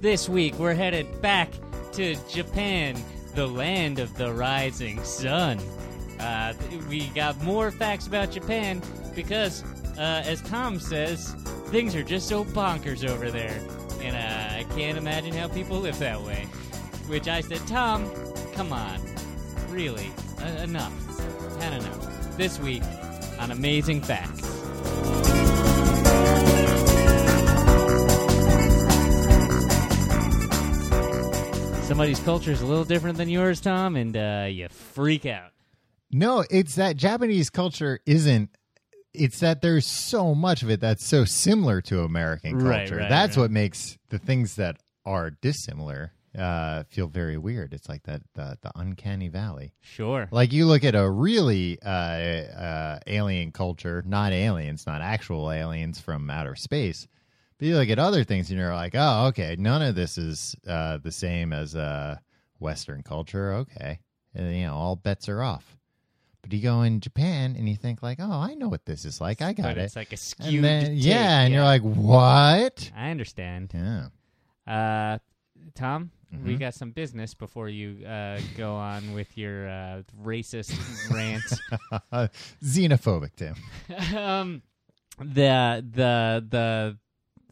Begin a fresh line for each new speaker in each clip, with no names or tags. This week, we're headed back to Japan, the land of the rising sun. Uh, th- we got more facts about Japan because, uh, as Tom says, things are just so bonkers over there. And uh, I can't imagine how people live that way. Which I said, Tom, come on. Really, uh, enough. Had enough. This week on Amazing Facts. Somebody's culture is a little different than yours, Tom, and uh, you freak out.
No, it's that Japanese culture isn't. It's that there's so much of it that's so similar to American culture.
Right, right,
that's
right.
what makes the things that are dissimilar uh, feel very weird. It's like that the, the uncanny valley.
Sure.
Like you look at a really uh, uh, alien culture, not aliens, not actual aliens from outer space, but you look at other things and you're like, oh, okay, none of this is uh, the same as uh, Western culture. Okay, and you know, all bets are off. But you go in Japan and you think like, oh, I know what this is like. I got
but
it.
It's like a skewed.
And then,
take,
yeah, and you're like, what?
I understand.
Yeah.
Uh, Tom, we
Mhm.
got some business before you uh, go on with your uh, racist rant.
Xenophobic, Tim.
um, the the the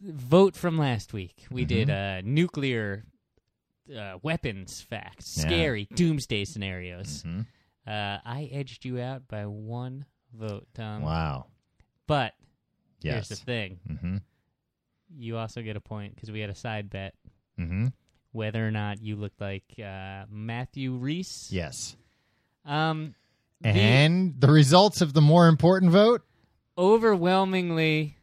vote from last week. We did uh,
Mm-hmm.
nuclear uh, weapons facts,
Yeah.
scary doomsday scenarios.
Mhm.
Uh, I edged you out by one vote, Tom.
Wow.
But here's
Yes.
the thing:
Mm-hmm.
you also get a point because we had a side bet
Mm-hmm.
whether or not you looked like uh, Matthew Reese.
Yes.
Um, the-
And the results of the more important vote?
overwhelmingly,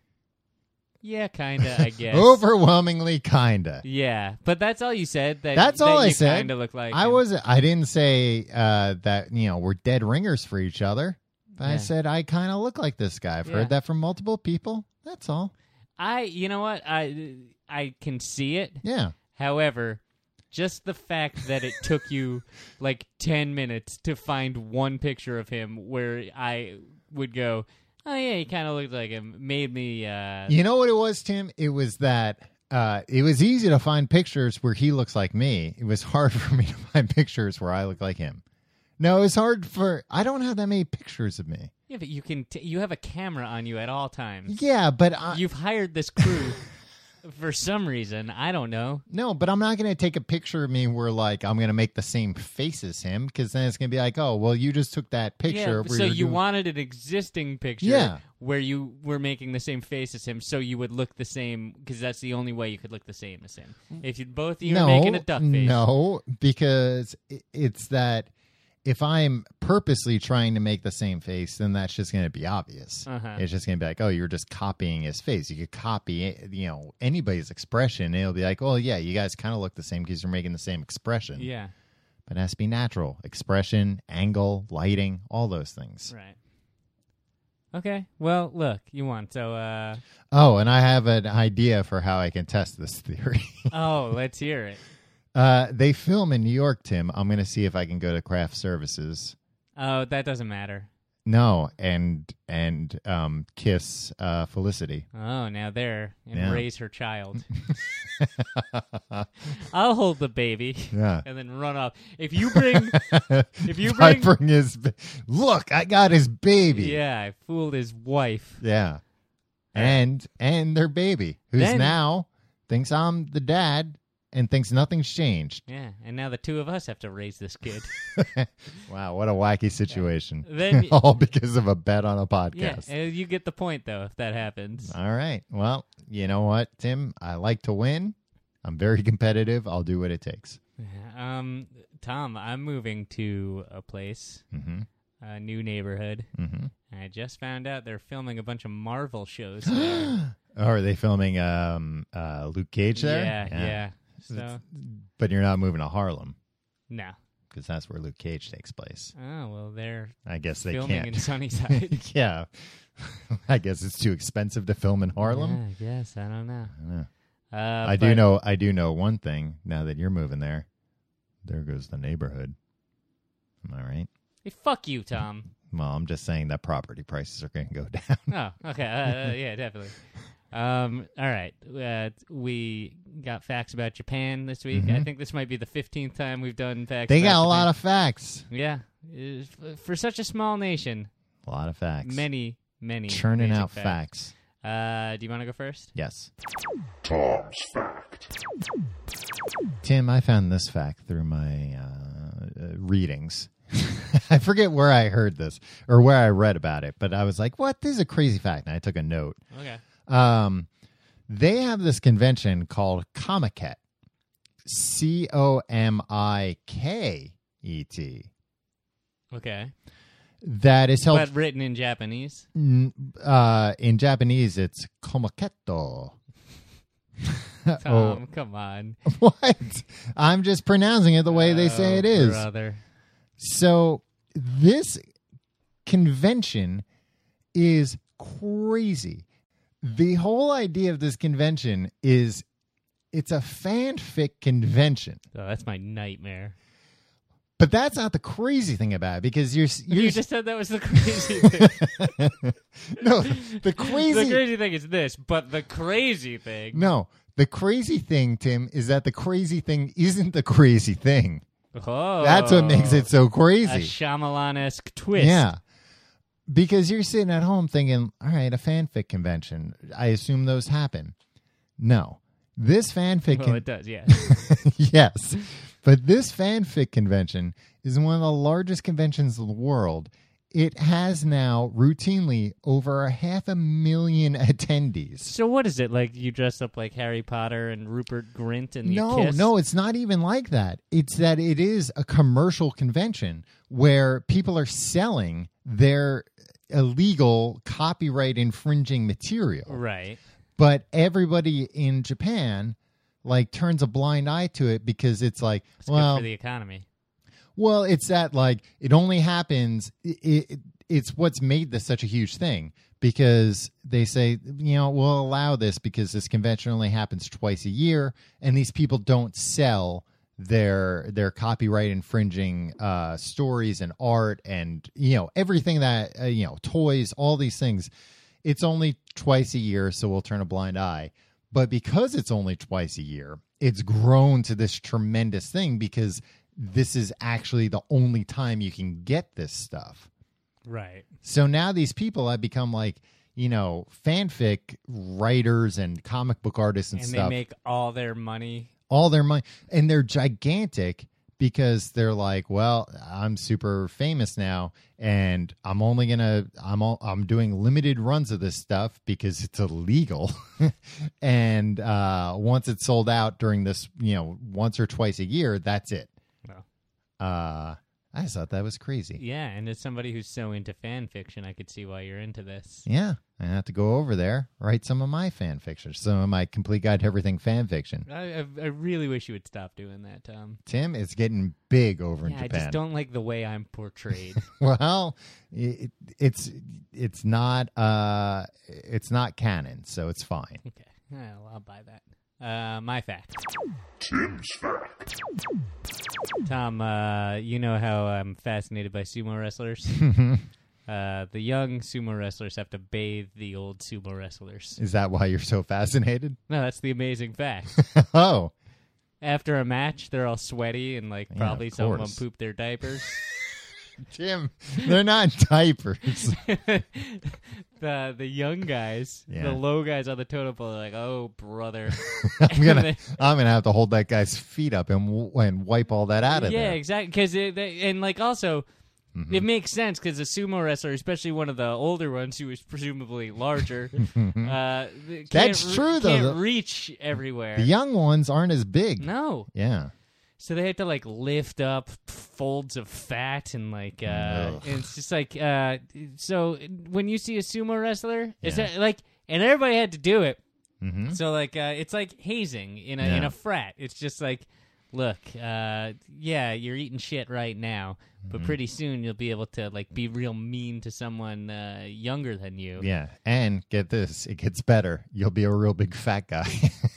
yeah, kinda. I guess
Overwhelmingly kinda.
Yeah, but that's all you said. That
That's
that
all I
you
said.
Kind of look like
I
him.
was I didn't say uh, that, you know, we're dead ringers for each other. But
Yeah.
I said I kinda look like this guy. I've
Yeah.
heard that from multiple people. That's all.
I. You know what? I. I can see it.
Yeah.
However, just the fact that it took you like ten minutes to find one picture of him where I would go, oh yeah, he kind of looked like him, made me. Uh,
You know what it was, Tim? It was that uh, it was easy to find pictures where he looks like me. It was hard for me to find pictures where I look like him. No, it was hard for I don't have that many pictures of me.
Yeah, but you can. T- you have a camera on you at all times.
Yeah, but I,
You've hired this crew for some reason. I don't know.
No, but I'm not going to take a picture of me where like I'm going to make the same face as him because then it's going to be like, oh, well, you just took that picture.
Yeah,
where
so
you're
you
doing-
wanted an existing picture
Yeah.
where you were making the same face as him, so you would look the same because that's the only way you could look the same as him. If you both of you were
no,
making a duck face,
No, because i- it's that if I'm purposely trying to make the same face, then that's just going to be obvious.
Uh-huh.
It's just going to be like, oh, you're just copying his face. You could copy, eh, you know, anybody's expression. And it'll be like, well, yeah, you guys kind of look the same because you're making the same expression.
yeah,
But it has to be natural expression, angle, lighting, all those things.
right. Okay, well, look, you won. So, uh,
Oh, and I have an idea for how I can test this theory.
oh, let's hear it.
uh, they film in New York, Tim. I'm going to see if I can go to craft services.
Oh, that doesn't matter.
No, and and um, kiss uh, Felicity.
Oh, now there and
Yeah.
raise her child. I'll hold the baby
Yeah.
and then run off. If you bring,
if
you
I
bring-
bring his, ba- look, I got his baby.
yeah, I fooled his wife.
Yeah. And and their baby, who's
Then-
now thinks I'm the dad and thinks nothing's changed.
Yeah, and now the two of us have to raise this kid.
Wow, what a wacky situation!
Then-
all because of a bet on a podcast.
Yeah, and you get the point though if that happens.
All right. Well, you know what, Tim? I like to win. I'm very competitive. I'll do what it takes.
Um, Tom, I'm moving to a place,
Mm-hmm.
a new neighborhood.
Mm-hmm.
And I just found out they're filming a bunch of Marvel shows. there.
Oh, are they filming um, uh, Luke Cage there?
Yeah, yeah. So
But you're not moving to Harlem
no.
because that's where Luke Cage takes place.
Oh well, they're
I guess they
filming
can't.
in Sunnyside.
yeah. I guess it's too expensive to film in Harlem.
Yeah, I guess I don't know.
I, don't know.
Uh,
I do
but-
know. I do know one thing. Now that you're moving there, there goes the neighborhood. Am I right?
Hey, fuck you, Tom.
Well, I'm just saying that property prices are going to go down.
oh, okay. Uh, uh, yeah, definitely. Um, all right. Uh, we got facts about Japan this week. I think this might be the 15th time we've done facts.
Mm-hmm. They
about
got a lot
Japan.
of facts.
Yeah. It's- f- For such a small nation,
A lot of facts.
many, many.
Churning
amazing
out facts.
Uh, do you want to go first?
Yes.
Tom's Fact.
Tim, I found this fact through my uh, uh, readings. I forget where I heard this or where I read about it, but I was like, what? This is a crazy fact. And I took a note.
Okay.
Um, they have this convention called Comiket. C O M I K E T.
Okay.
That is held
But written in Japanese.
N- uh, in Japanese, it's komaketo. Oh.
Tom, come on.
what? I'm just pronouncing it the way they say
Oh,
it is.
Brother.
So this convention is crazy. The whole idea of this convention is it's a fanfic convention.
Oh, that's my nightmare.
But that's not the crazy thing about it because you're s- you're
you
s-
just said that was the crazy thing.
no the crazy
The crazy thing is this, but the crazy thing.
no the crazy thing Tim is that the crazy thing isn't the crazy thing.
Oh,
That's what makes it so
a
crazy.
Shyamalan esque twist.
Yeah. Because you're sitting at home thinking, all right, a fanfic convention. I assume those happen. No. This fanfic
Well,
con-
Oh, it does. Yeah.
yes. But this fanfic convention is one of the largest conventions in the world. It has now routinely over a half a million attendees.
so what is it like? You dress up like Harry Potter and Rupert Grint and you
No,
kiss?
no, it's not even like that. It's that it is a commercial convention where people are selling their illegal copyright infringing material.
Right.
But everybody in Japan like turns a blind eye to it because it's like,
It's
well,
good for the economy.
Well, it's that like it only happens. It, it, it's what's made this such a huge thing because they say you know we'll allow this because this convention only happens twice a year, and these people don't sell their their copyright infringing uh, stories and art and you know everything that uh, you know toys, all these things. It's only twice a year, so we'll turn a blind eye. But because it's only twice a year, it's grown to this tremendous thing because this is actually the only time you can get this stuff.
Right.
So now these people have become like, you know, fanfic writers and comic book artists and,
And
stuff.
they make all their money.
all their money and they're gigantic because they're like, well, I'm super famous now and I'm only going to I'm all, I'm doing limited runs of this stuff because it's illegal. and uh once it's sold out during this, you know, once or twice a year, that's it.
Wow.
Uh I just thought that was crazy.
Yeah, and as somebody who's so into fan fiction, I could see why you're into this.
Yeah, I have to go over there, write some of my fan fiction, some of my complete guide to everything fan fiction.
I, I, I really wish you would stop doing that, Tom.
Tim, it's getting big over in
Yeah, I
Japan.
just don't like the way I'm portrayed.
Well, it, it's it's not uh it's not canon, so it's fine.
okay, Eh, well, I'll buy that. Uh, my fact,
Tim's Fact.
Tom. Uh, you know how I'm fascinated by sumo wrestlers. uh, the young sumo wrestlers have to bathe the old sumo wrestlers.
Is that why you're so fascinated?
No, that's the amazing fact.
oh,
After a match, they're all sweaty and like
Yeah,
probably
of
someone
course.
pooped their diapers.
Tim, they're not diapers.
the the young guys,
Yeah.
the low guys on the totem pole, are like, oh brother,
I'm gonna I'm gonna have to hold that guy's feet up and w- and wipe all that out of
yeah,
there. Mm-hmm.
exactly. Because and like also, it makes sense because a sumo wrestler, especially one of the older ones who is presumably larger, uh, th- can't
Mm-hmm. That's
re-
true, though.
Can't
The-
reach everywhere.
The young ones aren't as big.
no,
Yeah.
so they had to like lift up folds of fat and like, uh,
Ugh.
and it's just like, uh, so when you see a sumo wrestler, it's
Yeah.
like, and everybody had to do it.
Mm-hmm.
So like uh, it's like hazing in a in
Yeah.
a frat. It's just like, look, uh, yeah, you're eating shit right now,
Mm-hmm.
but pretty soon you'll be able to like be real mean to someone uh, younger than you.
Yeah, and get this, it gets better. You'll be a real big fat guy.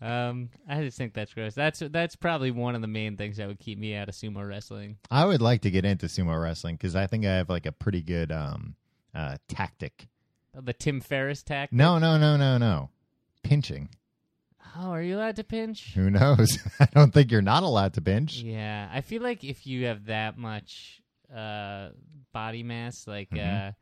Um, I just think that's gross. That's that's probably one of the main things that would keep me out of sumo wrestling.
I would like to get into sumo wrestling because I think I have like a pretty good um, uh, tactic
The Tim Ferriss tactic.
No, no, no, no, no. Pinching.
Oh, are you allowed to pinch?
Who knows? I don't think you're not allowed to pinch.
Yeah, I feel like if you have that much uh, body mass, like uh,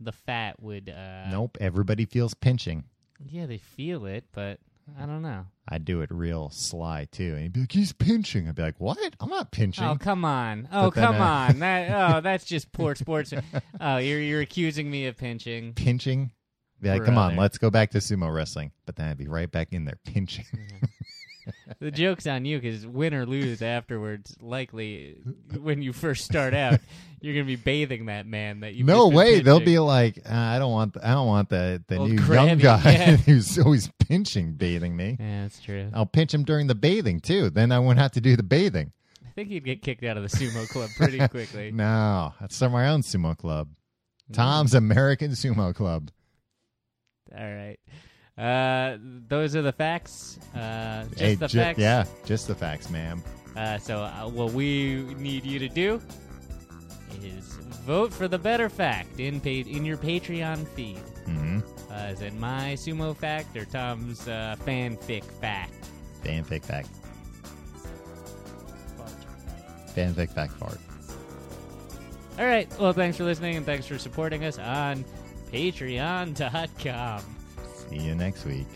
the fat would. Uh,
Mm-hmm. Nope. Everybody feels pinching.
Yeah, they feel it, but I don't know.
I'd do it real sly too. And he'd be like, he's pinching. I'd be like, what? I'm not pinching.
Oh come on! Oh
But then,
come
uh,
on! That oh that's just poor sports. oh, you're you're accusing me of pinching.
pinching. Be like, come on,
Brother.
let's go back to sumo wrestling. But then I'd be right back in there pinching.
The joke's on you because win or lose afterwards, likely when you first start out, you're gonna be bathing that man that you.
no way. They'll be like, uh, I don't want, I don't want the the
Old
new young
crabby,
guy
yeah.
who's always pinching, bathing me.
Yeah, that's true.
I'll pinch him during the bathing too. Then I won't have to do the bathing.
I think you'd get kicked out of the sumo club pretty quickly.
No, that's from our own sumo club,
Mm-hmm.
Tom's American Sumo Club.
All right. Uh, those are the facts. Uh, just
Hey,
the
ju-
facts.
Yeah, just the facts, ma'am.
Uh, so uh, what we need you to do is vote for the better fact in pa- in your Patreon feed.
Mm-hmm.
Uh, is it my sumo fact or Tom's uh, fanfic fact?
Fanfic fact. Fanfic fact fart.
All right. Well, thanks for listening and thanks for supporting us on Patreon.com.
See you next week.